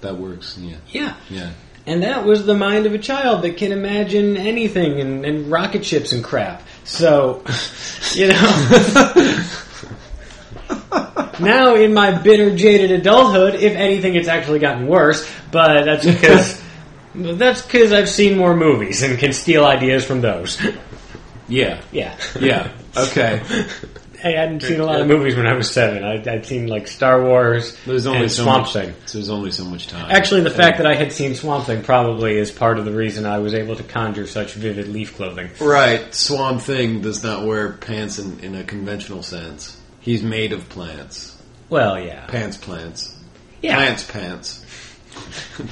[SPEAKER 2] that works. Yeah,
[SPEAKER 1] Yeah.
[SPEAKER 2] yeah.
[SPEAKER 1] And that was the mind of a child that can imagine anything and, and rocket ships and crap. So, [laughs] you know. [laughs] now, in my bitter, jaded adulthood, if anything, it's actually gotten worse, but [laughs] that's because. That's because I've seen more movies and can steal ideas from those. [laughs]
[SPEAKER 2] Yeah,
[SPEAKER 1] Yeah,
[SPEAKER 2] yeah. Okay.
[SPEAKER 1] I hadn't seen a lot of movies when I was seven. I, I'd seen like Star Wars
[SPEAKER 2] There's only
[SPEAKER 1] and
[SPEAKER 2] so
[SPEAKER 1] Swamp
[SPEAKER 2] much.
[SPEAKER 1] Thing.
[SPEAKER 2] There's only so much time.
[SPEAKER 1] Actually, the fact that I had seen Swamp Thing probably is part of the reason I was able to conjure such vivid leaf clothing.
[SPEAKER 2] Right, Swamp Thing does not wear pants in, in a conventional sense. He's made of plants.
[SPEAKER 1] Well, yeah,
[SPEAKER 2] Pants, plants.
[SPEAKER 1] yeah.
[SPEAKER 2] Plants, pants.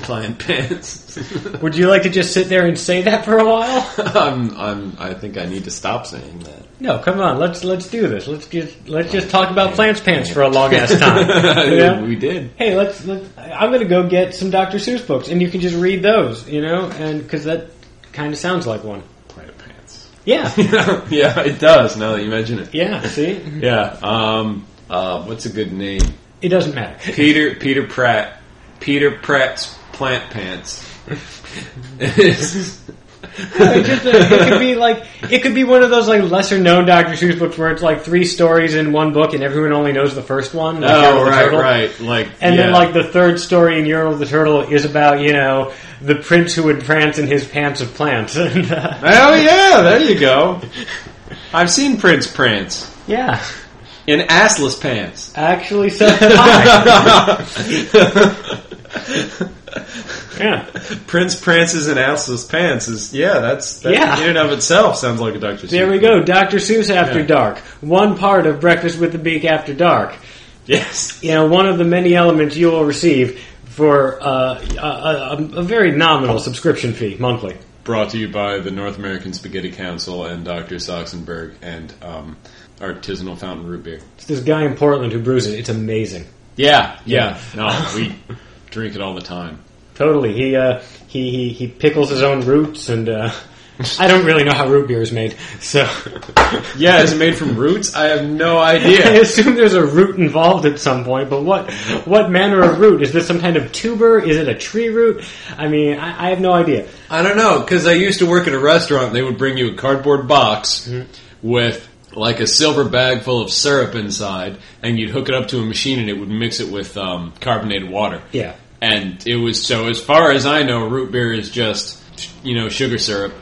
[SPEAKER 2] Plant pants. [laughs]
[SPEAKER 1] Would you like to just sit there and say that for a while?
[SPEAKER 2] I'm, I'm, I think I need to stop saying that. [laughs]
[SPEAKER 1] No, come on. Let's let's do this. Let's just let's just talk about plants pants for a long ass time. you know?
[SPEAKER 2] We did.
[SPEAKER 1] Hey, let's, let's. I'm gonna go get some Dr. Seuss books, and you can just read those, you know, and because that kind of sounds like one.
[SPEAKER 2] Plant pants.
[SPEAKER 1] Yeah,
[SPEAKER 2] [laughs] yeah, it does, now that you mention it.
[SPEAKER 1] yeah. See,
[SPEAKER 2] Yeah, um, uh, what's a good name?
[SPEAKER 1] it doesn't matter.
[SPEAKER 2] Peter, Peter Pratt. Peter Pratt's
[SPEAKER 1] [laughs]
[SPEAKER 2] Plant Pants. Oh, It's-
[SPEAKER 1] It just- it could be like it could be one of those like lesser known Dr. Seuss books where it's like three stories in one book and everyone only knows the first one. like Earl
[SPEAKER 2] oh,
[SPEAKER 1] the
[SPEAKER 2] right,
[SPEAKER 1] Turtle.
[SPEAKER 2] right. Like,
[SPEAKER 1] And then
[SPEAKER 2] yeah.
[SPEAKER 1] like the third story in Euro the Turtle is about you know the prince who would prance in his pants of plants. [laughs] and, uh,
[SPEAKER 2] Oh yeah, there you go. I've seen Prince Prince
[SPEAKER 1] yeah,
[SPEAKER 2] in assless pants.
[SPEAKER 1] actually, so have I.
[SPEAKER 2] [laughs]
[SPEAKER 1] yeah,
[SPEAKER 2] Prince Prances in assless pants is yeah, that's that
[SPEAKER 1] Yeah.
[SPEAKER 2] in and of itself sounds like a Dr.
[SPEAKER 1] there
[SPEAKER 2] Seuss
[SPEAKER 1] we
[SPEAKER 2] book.
[SPEAKER 1] go. Dr. Seuss After
[SPEAKER 2] Yeah.
[SPEAKER 1] Dark, one part of Breakfast with the Beak After Dark.
[SPEAKER 2] Yes.
[SPEAKER 1] you know, one of the many elements you will receive for uh, a, a, a very nominal subscription fee monthly.
[SPEAKER 2] Brought to you by the North American Spaghetti Council and Dr. Soxenberg and um, Artisanal Fountain Root Beer.
[SPEAKER 1] It's this guy in Portland who brews it. It's amazing.
[SPEAKER 2] Yeah, yeah. No, we drink it all the time.
[SPEAKER 1] Totally. He uh, he, he he pickles his own roots, and uh, [laughs] I don't really know how root beer is made, so [laughs]
[SPEAKER 2] Yeah, is it made from roots? I have no
[SPEAKER 1] I
[SPEAKER 2] [laughs] idea.
[SPEAKER 1] assume there's a root involved at some point. But what what manner of root is this? Some kind of tuber? Is it a tree root? I mean, I, I have no idea.
[SPEAKER 2] I don't know because I used to work at a restaurant. They would bring you a cardboard box with like a silver bag full of syrup inside, and you'd hook it up to a machine and it would mix it with um, carbonated water.
[SPEAKER 1] Yeah.
[SPEAKER 2] And it was so, as far as I know, root beer is just, you know, sugar syrup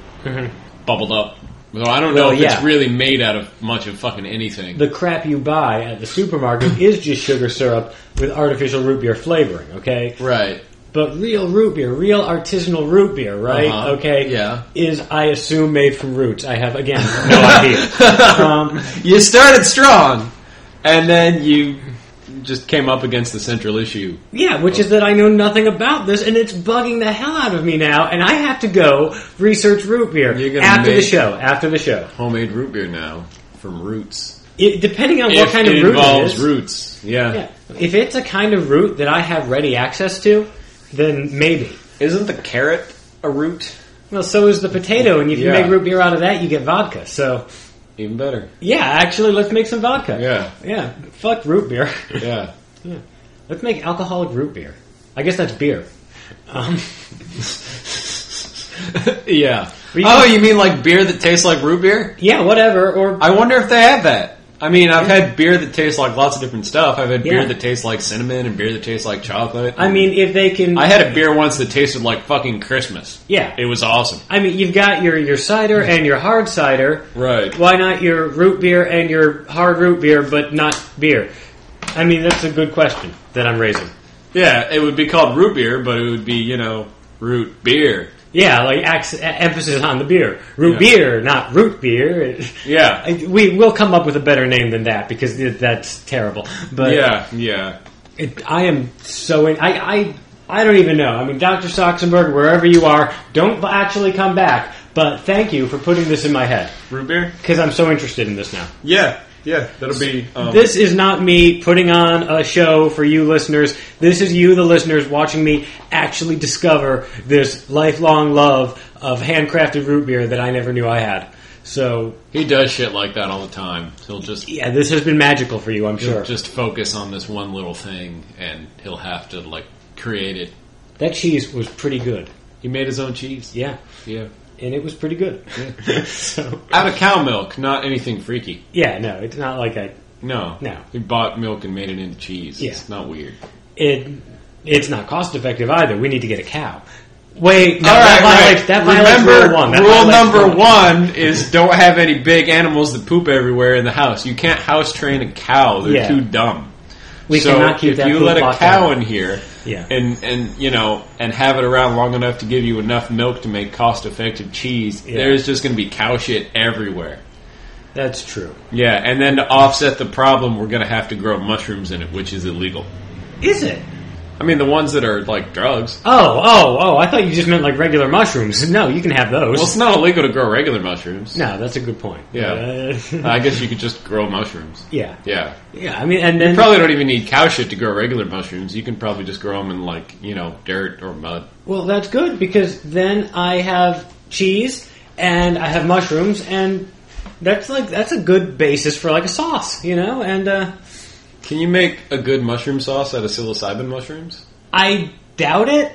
[SPEAKER 2] bubbled up. So I don't know
[SPEAKER 1] Well,
[SPEAKER 2] if it's
[SPEAKER 1] yeah.
[SPEAKER 2] really made out of much of fucking anything.
[SPEAKER 1] The crap you buy at the supermarket is just sugar syrup with artificial root beer flavoring, okay?
[SPEAKER 2] right.
[SPEAKER 1] But real root beer, real artisanal root beer, right?
[SPEAKER 2] Uh-huh.
[SPEAKER 1] Okay.
[SPEAKER 2] Yeah.
[SPEAKER 1] Is, I assume, made from roots. I have,
[SPEAKER 2] [laughs]
[SPEAKER 1] again, no idea. Um,
[SPEAKER 2] You started strong, and then you just came up against the central issue.
[SPEAKER 1] yeah, which
[SPEAKER 2] Oh.
[SPEAKER 1] is that I know nothing about this, and it's bugging the hell out of me now, and I have to go research root beer
[SPEAKER 2] You're gonna
[SPEAKER 1] after the
[SPEAKER 2] make-
[SPEAKER 1] show. After the show.
[SPEAKER 2] Homemade root beer now from roots.
[SPEAKER 1] It, depending on what
[SPEAKER 2] If
[SPEAKER 1] kind of
[SPEAKER 2] it
[SPEAKER 1] root it
[SPEAKER 2] involves
[SPEAKER 1] is.
[SPEAKER 2] roots. Yeah.
[SPEAKER 1] Yeah. If it's a kind of root that I have ready access to, then maybe.
[SPEAKER 2] Isn't the carrot a root?
[SPEAKER 1] Well, so is the potato, and if you
[SPEAKER 2] Yeah.
[SPEAKER 1] make root beer out of that, you get vodka. So,
[SPEAKER 2] Even better.
[SPEAKER 1] yeah, actually, let's make some vodka.
[SPEAKER 2] Yeah.
[SPEAKER 1] Yeah. Fuck root beer. [laughs]
[SPEAKER 2] Yeah.
[SPEAKER 1] yeah. Let's make alcoholic root beer. I guess that's beer. Um,
[SPEAKER 2] [laughs] yeah.
[SPEAKER 1] We-
[SPEAKER 2] Oh, you mean like beer that tastes like root beer?
[SPEAKER 1] yeah, whatever. Or
[SPEAKER 2] I wonder if they have that. I mean, I've had beer that tastes like lots of different stuff. I've had beer
[SPEAKER 1] Yeah.
[SPEAKER 2] that tastes like cinnamon and beer that tastes like chocolate.
[SPEAKER 1] I mean, if they can,
[SPEAKER 2] I had a beer once that tasted like fucking Christmas.
[SPEAKER 1] Yeah.
[SPEAKER 2] It was awesome.
[SPEAKER 1] I mean, you've got your your
[SPEAKER 2] [laughs]
[SPEAKER 1] cider and your hard cider.
[SPEAKER 2] Right.
[SPEAKER 1] Why not your root beer and your hard root beer, but not beer? I mean, that's a good question that I'm raising.
[SPEAKER 2] Yeah, it would be called root beer, but it would be, you know, root beer.
[SPEAKER 1] Yeah, like ax- emphasis on the beer. Root
[SPEAKER 2] Yeah.
[SPEAKER 1] beer, not root beer. [laughs]
[SPEAKER 2] Yeah.
[SPEAKER 1] I- we will come up with a better name than that because it- that's terrible. But
[SPEAKER 2] yeah, yeah.
[SPEAKER 1] it, I am so in. I, I I don't even know. I mean, Doctor Soxenberg, wherever you are, don't b- actually come back. But thank you for putting this in my head
[SPEAKER 2] Root beer?
[SPEAKER 1] because I'm so interested in this now.
[SPEAKER 2] Yeah, yeah. That'll be um,
[SPEAKER 1] This is not me putting on a show for you listeners. This is you, the listeners, watching me actually discover this lifelong love of handcrafted root beer that I never knew I had. So,
[SPEAKER 2] He does shit like that all the time. He'll just
[SPEAKER 1] yeah, this has been magical for you, I'm sure.
[SPEAKER 2] just focus on this one little thing, and he'll have to like create it.
[SPEAKER 1] that cheese was pretty good.
[SPEAKER 2] He made his own cheese.
[SPEAKER 1] Yeah,
[SPEAKER 2] Yeah.
[SPEAKER 1] and it was pretty good. [laughs] so,
[SPEAKER 2] Out of cow milk, not anything freaky.
[SPEAKER 1] yeah, no, it's not like I.
[SPEAKER 2] No.
[SPEAKER 1] No.
[SPEAKER 2] He bought milk and made it into cheese.
[SPEAKER 1] Yeah.
[SPEAKER 2] It's not weird.
[SPEAKER 1] It, it's not cost effective either. We need to get a cow. Wait, no,
[SPEAKER 2] All Uh, right,
[SPEAKER 1] that violates, that violates
[SPEAKER 2] Remember,
[SPEAKER 1] rule one. That
[SPEAKER 2] rule
[SPEAKER 1] violates
[SPEAKER 2] number
[SPEAKER 1] one.
[SPEAKER 2] one is don't have any big animals that poop everywhere in the house. You can't house train a cow; they're
[SPEAKER 1] Yeah.
[SPEAKER 2] too dumb.
[SPEAKER 1] We
[SPEAKER 2] so
[SPEAKER 1] cannot keep
[SPEAKER 2] if
[SPEAKER 1] that
[SPEAKER 2] you
[SPEAKER 1] poop
[SPEAKER 2] let a
[SPEAKER 1] locked
[SPEAKER 2] cow
[SPEAKER 1] down.
[SPEAKER 2] in here,
[SPEAKER 1] Yeah.
[SPEAKER 2] and and you know, and have it around long enough to give you enough milk to make cost-effective cheese,
[SPEAKER 1] Yeah.
[SPEAKER 2] there's just going to be cow shit everywhere.
[SPEAKER 1] That's true.
[SPEAKER 2] Yeah, and then to offset the problem, we're going to have to grow mushrooms in it, which is illegal.
[SPEAKER 1] Is it?
[SPEAKER 2] I mean, the ones that are like drugs.
[SPEAKER 1] Oh, oh, oh! I thought you just meant like regular mushrooms. No, you can have those.
[SPEAKER 2] Well, it's not illegal to grow regular mushrooms.
[SPEAKER 1] no, that's a good point.
[SPEAKER 2] Yeah.
[SPEAKER 1] Uh,
[SPEAKER 2] I guess you could just grow mushrooms.
[SPEAKER 1] yeah,
[SPEAKER 2] Yeah.
[SPEAKER 1] yeah. I mean, and then
[SPEAKER 2] You probably don't even need cow shit to grow regular mushrooms. You can probably just grow them in, like, you know, dirt or mud.
[SPEAKER 1] well, that's good because then I have cheese and I have mushrooms, and that's like that's a good basis for like a sauce, you know. And uh,
[SPEAKER 2] Can you make a good mushroom sauce out of psilocybin mushrooms?
[SPEAKER 1] I doubt it.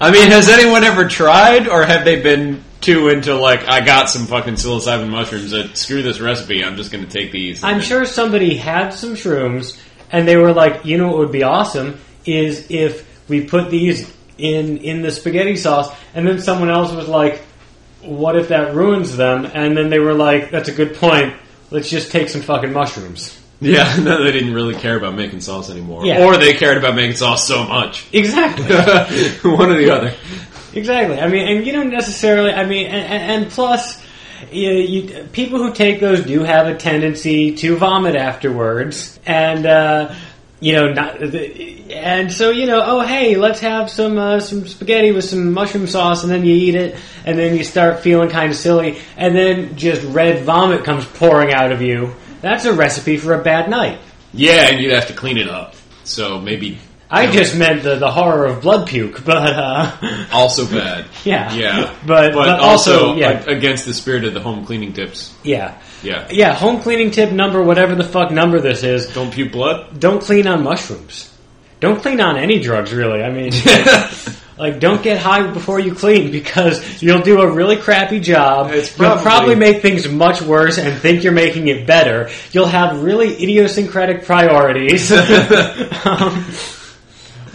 [SPEAKER 2] I mean, has anyone ever tried, or have they been too into, like, I got some fucking psilocybin mushrooms, uh, screw this recipe, I'm just going to take these?
[SPEAKER 1] I'm sure somebody had some shrooms and they were like, you know what would be awesome is if we put these in in the spaghetti sauce and then someone else was like, what if that ruins them? And then they were like, that's a good point. Let's just take some fucking mushrooms.
[SPEAKER 2] Yeah, no, they [laughs] didn't really care about making sauce anymore.
[SPEAKER 1] Yeah.
[SPEAKER 2] Or they cared about making sauce so much. [laughs]
[SPEAKER 1] Exactly.
[SPEAKER 2] One or the other.
[SPEAKER 1] Exactly. I mean, and you don't necessarily. I mean, and, and, and plus, you, you, people who take those do have a tendency to vomit afterwards, and uh, you know, not, and so you know, oh hey, let's have some uh, some spaghetti with some mushroom sauce, and then you eat it, and then you start feeling kind of silly, and then just red vomit comes pouring out of you. That's a recipe for a bad night.
[SPEAKER 2] Yeah, and you'd have to clean it up. So maybe
[SPEAKER 1] I
[SPEAKER 2] Yeah.
[SPEAKER 1] just meant the, the horror of blood puke, [laughs] but uh,
[SPEAKER 2] also bad.
[SPEAKER 1] yeah,
[SPEAKER 2] Yeah,
[SPEAKER 1] [laughs] but, but also, yeah,
[SPEAKER 2] ag- against the spirit of the home cleaning tips.
[SPEAKER 1] yeah.
[SPEAKER 2] Yeah,
[SPEAKER 1] Yeah, home cleaning tip number, whatever the fuck number this is,
[SPEAKER 2] don't puke blood. [laughs]
[SPEAKER 1] don't clean on mushrooms. Don't clean on any drugs, really. I mean, Like, don't get high before you clean because you'll do a really crappy job.
[SPEAKER 2] It's
[SPEAKER 1] you'll
[SPEAKER 2] probably-
[SPEAKER 1] probably make things much worse and think you're making it better. You'll have really idiosyncratic
[SPEAKER 2] [laughs]
[SPEAKER 1] priorities. [laughs] um,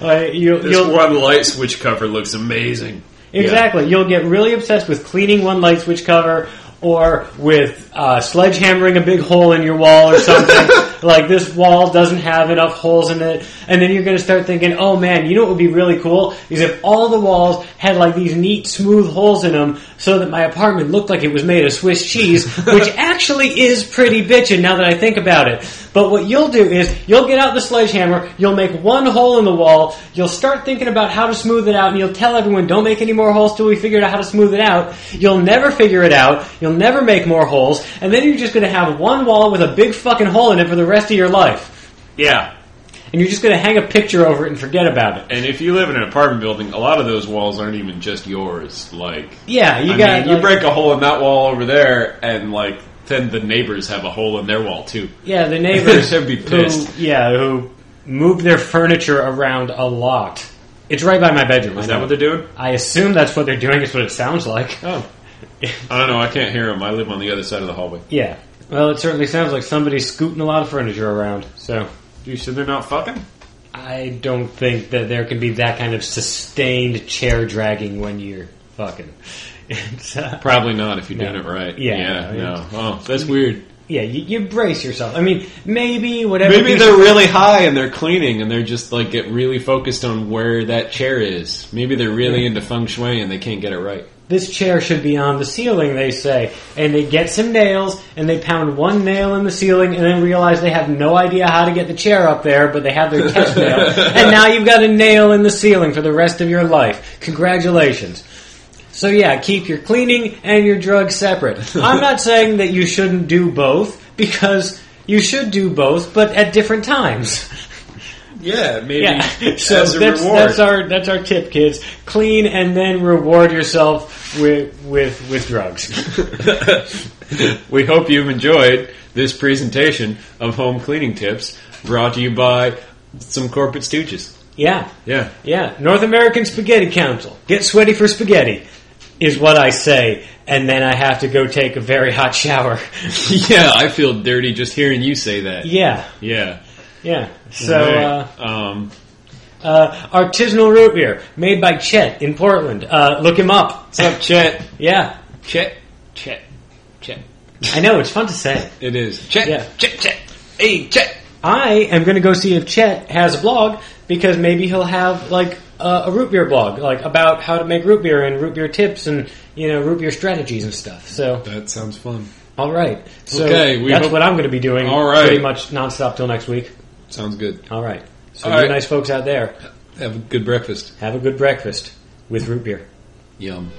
[SPEAKER 1] uh, you,
[SPEAKER 2] This
[SPEAKER 1] will
[SPEAKER 2] one light switch cover looks amazing.
[SPEAKER 1] Exactly. You'll get really obsessed with cleaning one light switch cover or with uh, sledgehammering a big hole in your wall or something. like, this wall doesn't have enough holes in it. And then you're going to start thinking, oh man, you know what would be really cool? Is if all the walls had like these neat, smooth holes in them so that my apartment looked like it was made of Swiss cheese, which actually is pretty bitchin' now that I think about it. But what you'll do is you'll get out the sledgehammer, you'll make one hole in the wall, you'll start thinking about how to smooth it out, and you'll tell everyone, don't make any more holes till we figure out how to smooth it out. You'll never figure it out, you'll never make more holes, and then you're just gonna have one wall with a big fucking hole in it for the rest of your life.
[SPEAKER 2] Yeah.
[SPEAKER 1] And you're just gonna hang a picture over it and forget about it.
[SPEAKER 2] And if you live in an apartment building, a lot of those walls aren't even just yours. Like,
[SPEAKER 1] Yeah, you
[SPEAKER 2] I
[SPEAKER 1] got
[SPEAKER 2] mean, you
[SPEAKER 1] like-
[SPEAKER 2] break a hole in that wall over there, and like then the neighbors have a hole in their wall too.
[SPEAKER 1] Yeah,
[SPEAKER 2] [laughs]
[SPEAKER 1] the neighbors
[SPEAKER 2] They'd be pissed.
[SPEAKER 1] Who, yeah, who move their furniture around a lot. It's right by my bedroom.
[SPEAKER 2] Is
[SPEAKER 1] I know.
[SPEAKER 2] that what they're doing?
[SPEAKER 1] I assume that's what they're doing. It's what it sounds like. [laughs]
[SPEAKER 2] Oh, I don't know. I can't hear them. I live on the other side of the hallway.
[SPEAKER 1] Yeah. Well, it certainly sounds like somebody's scooting a lot of furniture around. So
[SPEAKER 2] You said they're not fucking.
[SPEAKER 1] I don't think that there can be that kind of sustained chair dragging when you're fucking. [laughs] It's, uh,
[SPEAKER 2] Probably not if you're
[SPEAKER 1] No.
[SPEAKER 2] doing it right.
[SPEAKER 1] Yeah,
[SPEAKER 2] Yeah.
[SPEAKER 1] I mean-
[SPEAKER 2] no. Oh, that's weird.
[SPEAKER 1] yeah, you, you brace yourself. I mean, maybe whatever.
[SPEAKER 2] Maybe
[SPEAKER 1] piece-
[SPEAKER 2] they're really high and they're cleaning and they're just like get really focused on where that chair is. Maybe they're really into feng shui and they can't get it right.
[SPEAKER 1] this chair should be on the ceiling, they say. And they get some nails, and they pound one nail in the ceiling, and then realize they have no idea how to get the chair up there, but they have their test nail. And now you've got a nail in the ceiling for the rest of your life. Congratulations. So yeah, keep your cleaning and your drugs separate. I'm not saying that you shouldn't do both, because you should do both, but at different times.
[SPEAKER 2] Yeah,
[SPEAKER 1] [laughs]
[SPEAKER 2] maybe [laughs]
[SPEAKER 1] Yeah. So that's, that's our that's our tip, kids. Clean and then reward yourself with with with
[SPEAKER 2] [laughs]
[SPEAKER 1] drugs.
[SPEAKER 2] we hope you've enjoyed this presentation of home cleaning tips brought to you by some corporate stooges.
[SPEAKER 1] yeah.
[SPEAKER 2] Yeah. [laughs]
[SPEAKER 1] Yeah. North American Spaghetti Council. Get sweaty for spaghetti is what I say, and then I have to go take a very hot shower. [laughs]
[SPEAKER 2] yeah, I feel dirty just hearing you say that.
[SPEAKER 1] yeah.
[SPEAKER 2] Yeah.
[SPEAKER 1] Yeah. So uh,
[SPEAKER 2] Right. um,
[SPEAKER 1] uh, artisanal root beer made by Chet in Portland. Uh, look him up.
[SPEAKER 2] what's up, Chet?
[SPEAKER 1] Yeah.
[SPEAKER 2] Chet, Chet, Chet.
[SPEAKER 1] I know it's fun to say.
[SPEAKER 2] It is. Chet,
[SPEAKER 1] Yeah.
[SPEAKER 2] Chet, Chet. Hey, Chet.
[SPEAKER 1] I am going to go see if Chet has a blog because maybe he'll have like a, a root beer blog, like about how to make root beer and root beer tips and you know root beer strategies and stuff. So,
[SPEAKER 2] That sounds fun.
[SPEAKER 1] all right. So
[SPEAKER 2] Okay, we
[SPEAKER 1] that's
[SPEAKER 2] hope-
[SPEAKER 1] what I'm going to be doing.
[SPEAKER 2] All right.
[SPEAKER 1] pretty much nonstop till next week.
[SPEAKER 2] Sounds good.
[SPEAKER 1] All right. So
[SPEAKER 2] All
[SPEAKER 1] you
[SPEAKER 2] right.
[SPEAKER 1] nice folks out there,
[SPEAKER 2] Have a good breakfast.
[SPEAKER 1] have a good breakfast with root beer.
[SPEAKER 2] Yum.